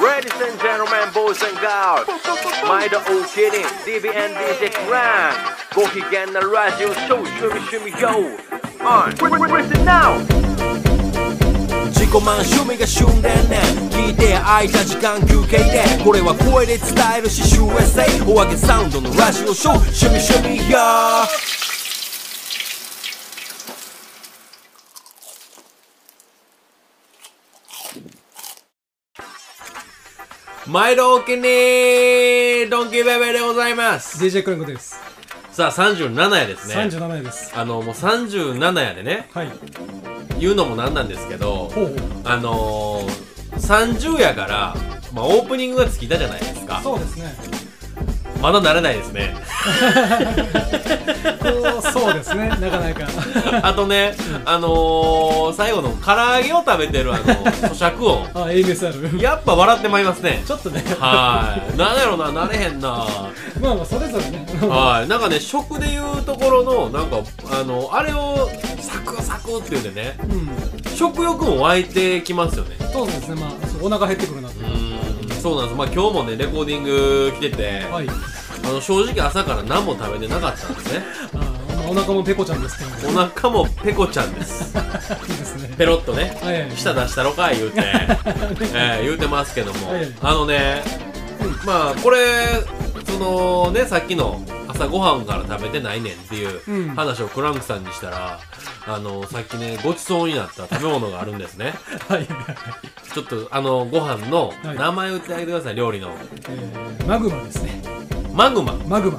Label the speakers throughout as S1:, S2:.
S1: Ladies and gentlemen, boys and girls 毎度お気に DBN DJ クランご機嫌なラジオショー趣味趣味 YO On Listen now
S2: 自己満趣味が旬でね聞いて空いた時間休憩でこれは声で伝えるし USA お揚げサウンドのラジオショー趣味趣味や毎度お気にドンキーベベでございます
S3: DJ クランクです。
S2: さあ37夜ですね
S3: 三十七位です。
S2: あのもう37夜でね
S3: はい。
S2: 言うのもなんなんですけど
S3: ほうほう。
S2: あのー、30やから、まあ、オープニングがつきたじゃないですか
S3: そうですね。
S2: まだ慣れないですね
S3: こうそうです ね。なかなか。
S2: あとね、あのー、最後の唐揚げを食べてるあの咀嚼音
S3: あ、ABSR。
S2: やっぱ笑ってまいりますね
S3: ちょっとね。
S2: はいなんやろな慣れへんな
S3: まあまあそれぞれね。
S2: はいなんかね食でいうところのなんかあのあれをサクサクっていうんでね
S3: うん。
S2: 食欲も湧いてきますよね
S3: そうですね。まあそうお腹減ってくるなと
S2: う。ーんそうなんですまあ今日もねレコーディング来てて、
S3: はい。あ
S2: あの正直朝から何も食べてなかったんですね
S3: ー、まあお腹もペコちゃんですけど。
S2: お腹もペコちゃんです
S3: いいですね。
S2: ペロッとね
S3: はいはい
S2: 舌出したろかい言うて、えー言うてますけども、
S3: はいはい
S2: あのねまあこれそのねさっきの朝ごはんから食べてないねんっていう
S3: うん
S2: 話をクランクさんにしたら、あのさっきねごちそうになった食べ物があるんですね
S3: はい。
S2: ちょっとあのご飯の
S3: はい
S2: 名前を言ってあげてください料理の
S3: えー、マグマですね。
S2: マグマ
S3: マグマ。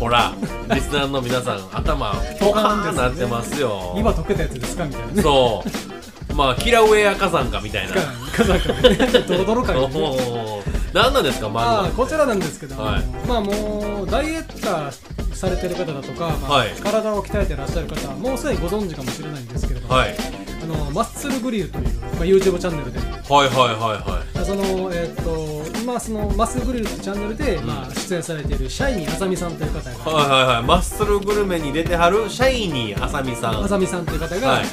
S2: ほらリスナーの皆さん頭ポカーンなってますよ
S3: 今溶けたやつですかみたいな ね。
S2: そう。まあ、キラウェア火山かみたいな。
S3: カザカでね。ドロドロ感がね。
S2: おー何なんですか、
S3: ま
S2: マ
S3: あ
S2: グ
S3: こちらなんですけど、
S2: はい
S3: まあもうダイエッターされてる方だとか、まあ
S2: はい
S3: 体を鍛えてらっしゃる方はもうすでにご存知かもしれないんですけれども、
S2: マ。はい。
S3: あのマッスルグリルという、まあ、YouTube チャンネルで
S2: はいはいはいはい。
S3: その、えー、と今そのマッスルグリルってチャンネルで、まあ、出演されているシャイニーあさみさんという方が、
S2: はいはいはい。マッスルグルメに出てはる、シャイニーあさみさん。
S3: あ
S2: は
S3: さみさんという方が、
S2: はい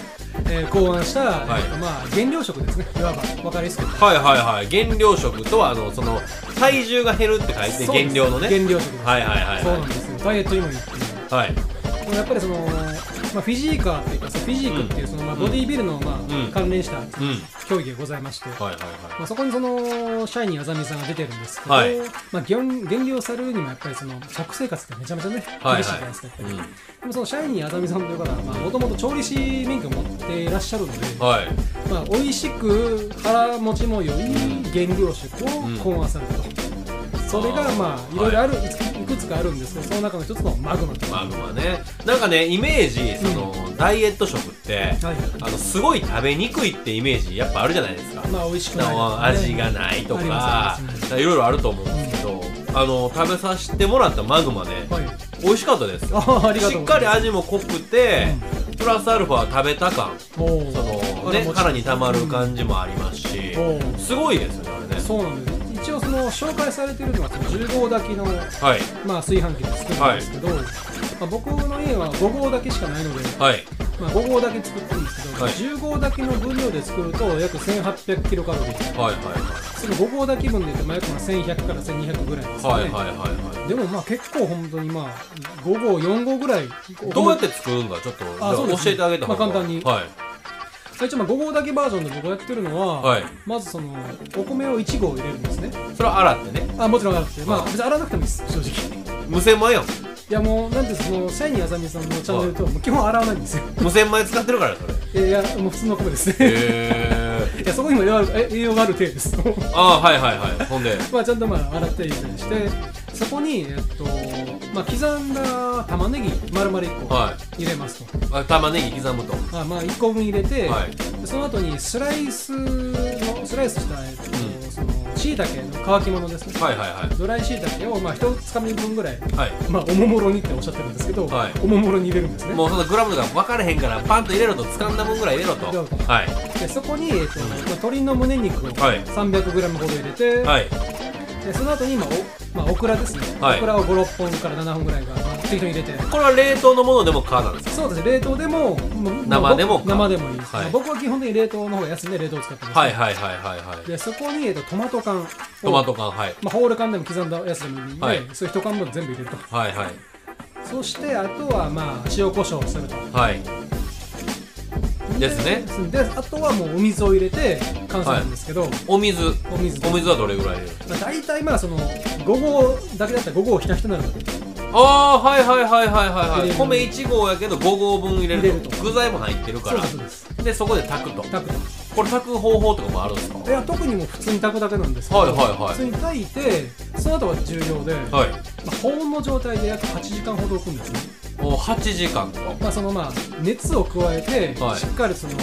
S3: えー考案した、
S2: はい
S3: えーとまあ、減量食ですねいわば分かりやすく
S2: いはいはい。減量食とは、あの、その、体重が減るって書いて、
S3: そうです
S2: 減量のね。
S3: 減量食です、
S2: はいはいはいはい
S3: そうなんですよダイエットにもいいっていう
S2: はい。
S3: でもやっぱりその、まあ、フィジーカーっていうかそのフィジークっていうその、まあ、ボディービルの、ま
S2: う
S3: あ
S2: ん
S3: 関連した
S2: うん。
S3: 競技がございまして、
S2: はいはい
S3: ま
S2: は
S3: あ、そこにそのシャイニーあざみさんが出てるんですけど、
S2: はい
S3: まあ、減減量されるにもやっぱりその食生活ってめちゃめちゃね
S2: はいはい
S3: 厳しいじゃないですか、やっぱり
S2: うん
S3: でもそのシャイニーあざみさんという方はもともと調理師免許を持っていらっしゃるので、
S2: い。はい。
S3: まあ、美味しく腹持ちも良い減量食を
S2: うん
S3: 考案されたと。それがま
S2: あ
S3: あ
S2: ー
S3: いろいろある、いついくつかあるんですけどその中の一つのマグマと
S2: マグマね。なんかね、イメージ、その、ダイエット食って、
S3: はい
S2: あの、すごい食べにくいってイメージ、やっぱあるじゃないですか。
S3: まあ美味しくないと
S2: の
S3: かね、
S2: 味がないと
S3: ありま
S2: か
S3: すあります
S2: いろいろあると思うんですけど、あの食べさせてもらったマグマね、
S3: はい、
S2: 美味しかったですよ
S3: あありがとう
S2: しっ
S3: ござ
S2: か
S3: い
S2: り
S3: ます
S2: 味も濃くて、プラスアルファ食べた感
S3: おー
S2: その
S3: 腹
S2: ね
S3: 持ち
S2: 殻にたまる感じもありますし、
S3: おー
S2: すごいですよねあれね
S3: そうなんです一応その紹介されてるのがその10号炊きの、
S2: はい
S3: まあ、炊飯器で作るんですけど、まあ、僕の家は5号炊きしかないので、
S2: はい
S3: まあ、5号炊き作ってるんですけど、
S2: はい
S3: 10号炊きの分量で作ると約1800キロカロリー
S2: はいはい
S3: その5号炊き分で言うとまあ約まあ1100から1200ぐらいですか
S2: はい
S3: ね、
S2: はいはいはいは
S3: でもまあ結構本当にまあ5号4号ぐらい
S2: いどうやって作るんかちょっとじゃあ
S3: そうですね
S2: 教えてあげた方が、
S3: まあ簡単に
S2: はい
S3: あ一応まあ5号炊きバージョンで僕がやってるのは、
S2: はい
S3: まずそのお米を1合入れるんですね
S2: それは洗ってね
S3: あもちろん洗ってま
S2: あ
S3: あ別に洗わなくてもいいです正直
S2: 無洗米やん
S3: いやもうなんてそのシャイニーあざみさんのチャンネルともう基本洗わないんですよ
S2: 無洗米使ってる からそれ
S3: いやもう普通の米です
S2: へ
S3: ね
S2: え
S3: いやそこにも栄養あるえ栄養がある程度です
S2: ああはいはいはいほんで
S3: まあちゃんとまあ洗ったりしてそこにえっとまあ刻んだ玉ねぎ丸々1個
S2: はい
S3: 入れますと、
S2: あ玉ねぎ刻むと
S3: あまあ1個分入れて、
S2: はい
S3: でその後にスライスのスライスしたえっと、そのしいたけの乾き物ですね、
S2: はいはいは
S3: ドライしいたけをまあ1つかみ分ぐらい
S2: いはい
S3: まあおもむろにっておっしゃってるんですけど、
S2: はい
S3: おもむろに入れるんですね
S2: もうそのグラムが分かれへんからパンと入れろと掴んだ分ぐらい入れろと
S3: どうぞ
S2: はい
S3: でそこに、えっとまあ、鶏の胸肉を
S2: はい
S3: 300g ほど入れて、
S2: はい
S3: でその後に、まあおまあ、オクラですね、
S2: はい
S3: オクラを56本から7本ぐらいが適当に入れて
S2: これは冷凍のものでも可なんですか
S3: そうですね冷凍でももう
S2: 生でも
S3: 僕生でもいいです、
S2: はい
S3: まあ僕は基本的に冷凍の方が安いんで冷凍を使ってます、
S2: はいはいはいはいはい
S3: でそこに、えっと、トマト缶を
S2: トマト缶はい
S3: まあ、ホール缶でも刻んだやつでもいいんで、
S2: はい
S3: そういう一缶分全部入れると
S2: はいはい
S3: そしてあとはまあ塩コショウをすると
S2: はいですね
S3: であとはもうお水を入れて完成なんですけど、
S2: お水
S3: お水
S2: お水はどれぐらい入れる
S3: まあ、大体まあその午後だけだったら午後をひたひたなるので
S2: ああはいはいはいはいはい、
S3: 入
S2: は
S3: れ
S2: い、
S3: る
S2: 米1合やけど5合分入れると
S3: 入れると
S2: 具材も入ってるか
S3: そう
S2: ら
S3: ですそうです
S2: でそこで炊くと
S3: 炊くと
S2: これ炊く方法とかもあるんですか
S3: いや特にもう普通に炊くだけなんですけど、
S2: はいはいはい
S3: 普通に炊いてその後は重量で、ま
S2: はい
S3: あ、保温の状態で約8時間ほど置くんですね、
S2: もう8時間と
S3: まあ、そのまあ熱を加えて、
S2: はい
S3: しっかりその、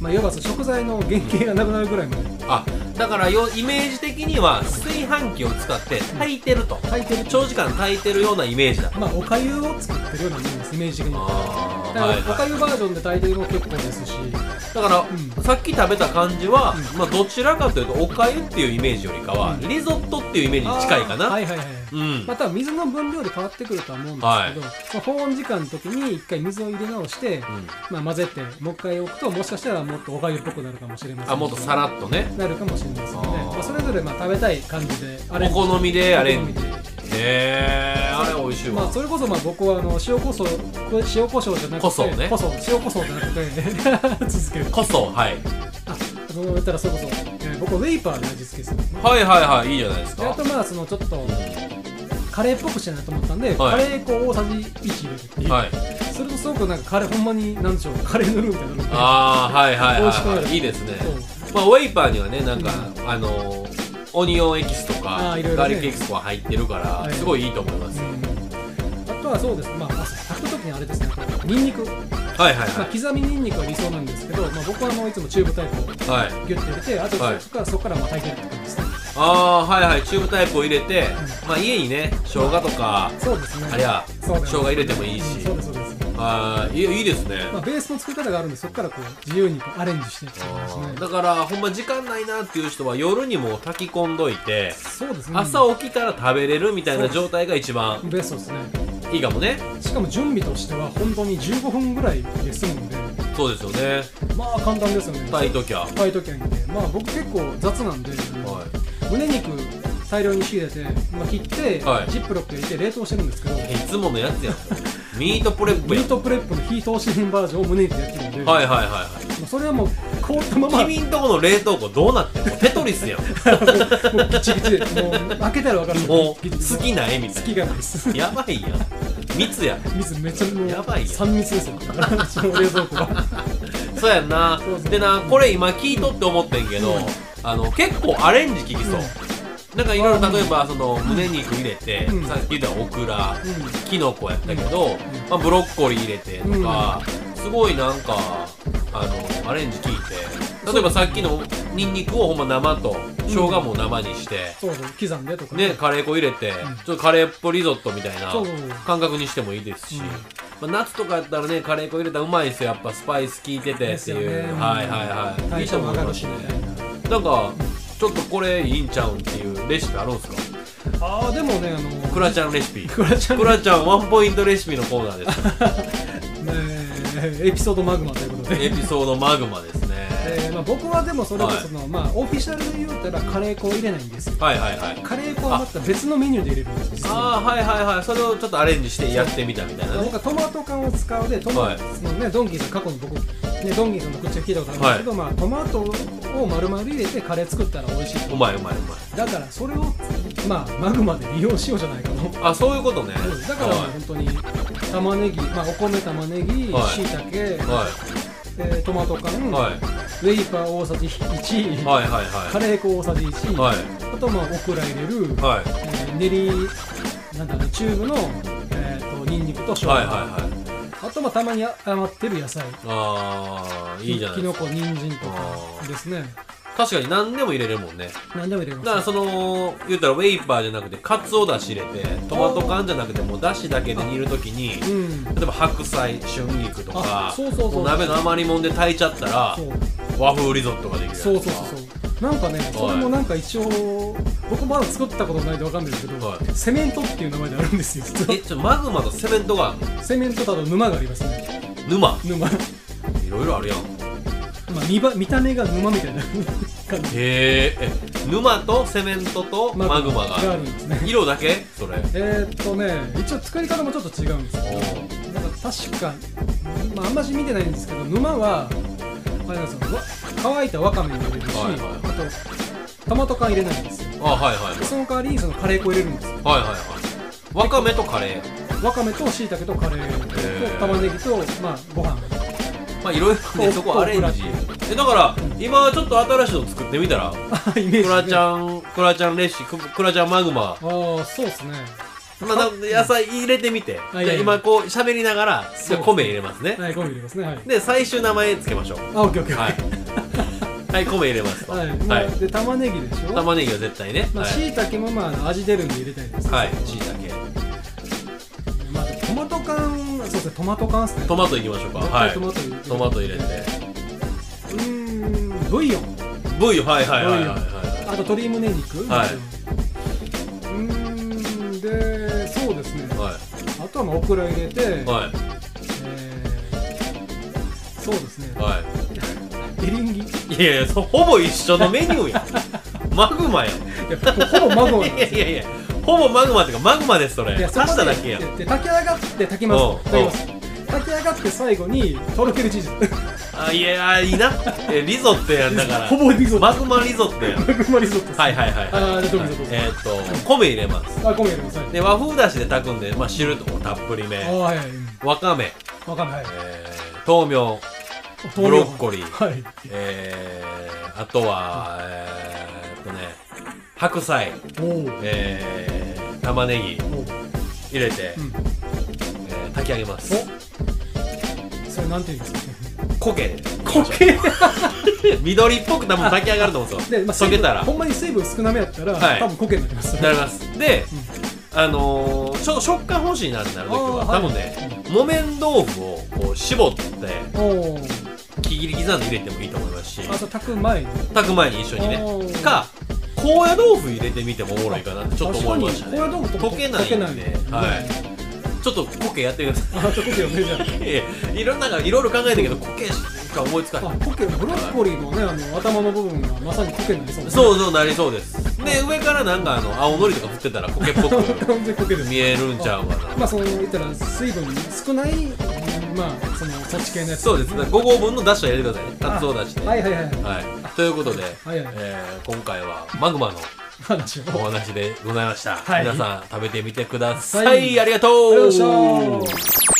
S3: まあ、いわばその食材の原型がなくなるぐらいまで
S2: あだからよイメージ的には炊飯器を使って炊いてると
S3: 炊いてる
S2: 長時間炊いてるようなイメージだ
S3: まあおかゆを作ってるようなもんですイメージ的には
S2: あー
S3: だから、
S2: はい
S3: おか
S2: は
S3: ゆバージョンで炊いてるのも結構ですし
S2: い、だから、
S3: う
S2: さっき食べた感じは、
S3: うん
S2: まあ、どちらかというとおかゆっていうイメージよりかは、
S3: うん
S2: リゾットっていうイメージに近いかな、
S3: あーはいはいはい、
S2: うん
S3: また水の分量で変わってくるとは思うんですけど、その保温時間の時に一回水を入れ直して、
S2: ん
S3: まあ、混ぜてもう一回置くともしかしたらもっとおかゆっぽくなるかもしれませんし
S2: あもっとさらっとね
S3: なるかもしれませんので、
S2: あー
S3: まあ、それぞれまあ食べたい感じでア
S2: お好みでアレンジ
S3: お
S2: へ
S3: 好みで
S2: えあれ美味しいわ、
S3: まあ、それこそまあ僕はあの塩こそ塩コショウじゃなくて
S2: こそね
S3: こそ塩こそじゃなくて 続ける
S2: こそ、はい、
S3: あそう言ったらそれこそ、えー僕はウェイパーで味付けするんですね
S2: はいはいはいいいじゃないです
S3: であ
S2: か
S3: とまあそのちょっとカレーっぽくしたいなと思ったんで、カレー粉を大さじ1入れるっていう、
S2: はい
S3: それとすごくなんかカレーほんまになんでしょうカレーのルーみたいになるんで
S2: ああはいはい
S3: 美味しくな
S2: は
S3: る
S2: いいいですね
S3: そ
S2: まあウェイパーにはねなんか、あのーオニオンエキスとか
S3: あーいろいろ
S2: ガー
S3: ね
S2: リックエキスとか入ってるから、
S3: はい
S2: すごいいいと思います、
S3: うんあとはそうですまああ炊く時にあれですねあとニンニク、ま
S2: はいはい
S3: あ、刻みニンニクは理想なんですけど、まあ、僕はもういつもチューブタイプを
S2: はいはい
S3: ギュッて入れてあとそこ
S2: はい
S3: から、そこからまあ炊いてるって感じですね
S2: ああーはいはいチューブタイプを入れて、まあ家にね生姜とか、
S3: そうですね
S2: ありゃ
S3: そうだ
S2: 生
S3: よ
S2: 姜入れてもいい
S3: うん
S2: し、
S3: そうですそうです
S2: あーいいいいですね、
S3: まあ、ベースの作り方があるんでそこからこう自由にこうアレンジしていっちゃいます
S2: あー
S3: ね
S2: だからほんま時間ないなっていう人は夜にもう炊き込んどいて
S3: そうですね
S2: 朝起きたら食べれるみたいな状態が一番
S3: ベーストですね
S2: いいかもね
S3: しかも準備としては本当に15分ぐらいで済むんで
S2: そうですよね
S3: まあ簡単ですよね
S2: 炊いときゃ
S3: ファイト券でまあ僕結構雑なんで、
S2: は
S3: 胸肉大量に仕入れて、まあ、切って、
S2: はい
S3: ジップロックで入れて冷凍してるんですけど
S2: い、いつものやつやんミートプレップ
S3: ミ
S2: や
S3: ートプレップの非通し品バージョンを胸肉でやってるんで、
S2: はいいはいはい
S3: それはもう凍ったまま
S2: は
S3: も
S2: い君んとこの冷凍庫どうなってんのテトリスやん
S3: うもうギチギチでもう開けたら分かる
S2: もう
S3: ギチギチ
S2: 好きないみた
S3: 好き
S2: い
S3: がないです
S2: なやばいやん密やん
S3: 水めっちゃもう
S2: やばいやん
S3: 3密ですようちの冷蔵庫が
S2: そうやんな
S3: そうそう
S2: でなこれ今聞いとって思ってんけどあの結構アレンジ聞きそうなんかいろいろ例えばその胸肉入れて
S3: うん
S2: さっき言ったオクラ
S3: うん
S2: キノコやったけどまあブロッコリー入れてとかすごいなんかあのアレンジ聞いて例えばさっきのニンニクをほんま生と生姜も生にして
S3: そうそう刻んでとか
S2: ね、カレー粉入れて、ちょっとカレーっぽリゾットみたいな
S3: そうそうそう
S2: 感覚にしてもいいですし、
S3: うん
S2: まあ、夏とかやったらねカレー粉入れたらうまいんですよやっぱスパイス効いてて
S3: で
S2: って
S3: す
S2: い
S3: よ
S2: う、
S3: ね
S2: はいはいはいい
S3: 代
S2: いと
S3: 謝も
S2: 思
S3: 上
S2: い
S3: が
S2: ま
S3: る
S2: す
S3: し
S2: ね
S3: みたいな
S2: なんかちょっとこれいいんちゃうんっていうレシピあるんすか
S3: ああでもねあの
S2: クラちゃんレシピ
S3: クラちゃん
S2: クラちゃんワンポイントレシピのコーナー です
S3: えーエピソードマグマということで、
S2: エピソードマグマですね、
S3: えーまあ、僕はでもそれこその、まあ、オフィシャルで言うたらカレー粉を入れないんですよ
S2: はいはいはい
S3: カレー粉はまた別のメニューで入れるんですよ実は
S2: ああはいはいはいそれをちょっとアレンジしてやってみたみたいなね
S3: 僕はトマト缶を使うでトマ、
S2: はい
S3: そのね、ドンキーさん過去に僕、ね、ドンキーさんの口で聞いたことあるんですけど、まあ、トマトを丸々入れてカレー作ったら美味しいうと
S2: まいうまいうまい
S3: だからそれを、まあ、マグマで利用しようじゃないかと
S2: あそういうことね
S3: だか
S2: は
S3: ら
S2: い
S3: 本当に玉ねぎ、まあ、お米玉ねぎ、
S2: はい
S3: しいたけ、
S2: は
S3: えートマト缶、
S2: いはい
S3: ウェイパー大さじ1、
S2: はいはいはい
S3: カレー粉大さじ1、
S2: はい
S3: あとまあオクラ入れる、
S2: はい
S3: えー練りなんだろうチューブの、えー、とニンニクと生姜、
S2: はいはいはい
S3: あとまあたまに余ってる野菜
S2: あーいいじゃない
S3: き
S2: で
S3: の
S2: すか
S3: こ人参と
S2: あ
S3: か
S2: ー
S3: ですね
S2: 確かに何でも入れれるもんね
S3: 何でも入れ
S2: だ
S3: ま
S2: から
S3: す
S2: その言ったらウェイパーじゃなくてカツオだし入れてトマト缶じゃなくてもうだしだけで煮るときに
S3: うん
S2: 例えば白菜春菊とか
S3: あそうそうそう
S2: もう鍋の余りもんで炊いちゃったら
S3: そう
S2: 和風リゾットができる
S3: そうそうそ
S2: う
S3: うそうなんかねそれもなんか一応僕まだ作ったことないんでわかんないですけど、
S2: はい
S3: セメントっていう名前であるんですよ実
S2: え
S3: は
S2: ちょマグマとセメントがあんの
S3: セメントだと沼がありますね
S2: 沼
S3: 沼、ま
S2: いろいろあるやんへ
S3: あ、見ば見た目が沼みたいな 感じ
S2: ええ沼とセメントとマグマがあ
S3: があ
S2: る
S3: るんですね
S2: 色だけそれ
S3: えーっとね一応作り方もちょっと違うんですよなんか確か、まあ、あんまし見てないんですけど沼はあれなんですよわ乾いたわかめも入れるし、
S2: はいはい
S3: あとトマト缶入れないんですよ
S2: あはいはい
S3: でその代わりにそのカレー粉入れるんですよ
S2: はいはいはいわかめとカレー
S3: わかめとしいたけとカレー
S2: ー
S3: と玉ねぎと、まあ、ご飯
S2: まあいろいろねそこアレンジえだから今ちょっと新しいの作ってみた ら
S3: あイメージ
S2: クラち
S3: ん
S2: ゃんクラちゃんレシピクラちゃんマグ マ
S3: ああそうですね
S2: まあ、な野菜入れてみて、
S3: はい
S2: じゃあ今こう喋りながら
S3: そうです
S2: 米入れますね、
S3: はいゴミ入れますねはい
S2: で最終名前つけましょう
S3: あオッケーオッケーオ
S2: は
S3: ッ
S2: い
S3: ケー
S2: はい米入れますと
S3: は、
S2: はいい、
S3: まあで玉ねぎでしょ
S2: 玉ねぎは絶対ね
S3: まあ、
S2: はい
S3: しいたけもまあ味出るんで入れたいです
S2: はいしいたけ
S3: まあ、トマト缶そうですねトマト缶ですね
S2: トマトいきましょうかは
S3: 絶対
S2: い
S3: トマト入れて
S2: トマト入れて
S3: うーんブイヨン
S2: ブイヨンはいはいはいはい
S3: ブイヨンあと鶏胸肉
S2: はいう
S3: ーんでそうですね、
S2: は
S3: あとはまあオクラ入れて、
S2: いはい
S3: えーそうですね、
S2: は
S3: エリンギい
S2: いいやいやそほぼ一緒のメニューや マグマやん
S3: やほぼマグマなん
S2: いや
S3: です
S2: い
S3: よ
S2: やいやほぼマグ マっていうかマグマですそれ
S3: い
S2: 刺
S3: やそこま
S2: し
S3: で
S2: ただけやん
S3: でで炊き上がって炊きま
S2: うん
S3: す炊きます炊き上がって最後にとろけるチーズ
S2: あいやあいいなえリゾットやんだから
S3: ほぼリゾット
S2: マグマリゾットやん
S3: マグマリゾットです
S2: はいはいはいはい。
S3: あーどうぞどうぞ
S2: えーっと、米入れます。
S3: あごめんなさい
S2: で、和風だしで炊くんで、まあ、汁とたっぷり
S3: あ
S2: め。
S3: はいはいうん
S2: わかめ、
S3: わかんない
S2: えー、豆苗、ブロッコリー
S3: はい
S2: えー、あとは、えーっとね、白菜、
S3: おー
S2: えー、玉ねぎ
S3: おー
S2: 入れて、
S3: うん
S2: えー炊き上げます。
S3: おそれなんていうんですか
S2: 苔で。
S3: 苔
S2: 緑っぽく多分炊き上がると思うんですよ。
S3: で、まあ、
S2: 溶けたら
S3: 水分ほ。んまに水分少なめやったら、
S2: はい
S3: 多分苔になります
S2: なります。で、あのー、ちょっと食感欲しいなってなるときは、
S3: あーはい
S2: 多分ね、木綿豆腐をこう絞って、
S3: おお
S2: 切り刻んで入れてもいいと思いますし、
S3: あと炊く前に
S2: 炊く前に一緒に
S3: お
S2: ね。
S3: ー
S2: か、高野豆腐入れてみてもおもろいかなってちょっと思いましたね。
S3: 確かに高野豆腐と
S2: 溶けないんで、
S3: 溶けないんで
S2: はい。ちょっと苔やってみます。
S3: あと苔をねじゃ
S2: いやいろんなのがいろいろ考えたけど、苔しか思いつか
S3: あ
S2: ない。
S3: あ苔ブロッコリーのねあの頭の部分がまさに苔になりそうです
S2: そうそうなりそうです。で、上からなんかあの、青のりとか振ってたら苔っぽく
S3: 完全に苔です
S2: 見えるんちゃうかな。
S3: まあその言ったら水分少ないまあそのそっち系のやつ
S2: そうですね、5合分の出汁を入れてくださいね、カツオ出汁で。
S3: は
S2: はいい、
S3: はいはいはい
S2: ということで、
S3: はいはい
S2: えー今回はマグマの
S3: 話を
S2: お話でございました。
S3: はい
S2: 皆さん食べてみてください。
S3: はい
S2: ありがとう
S3: ありがとうございました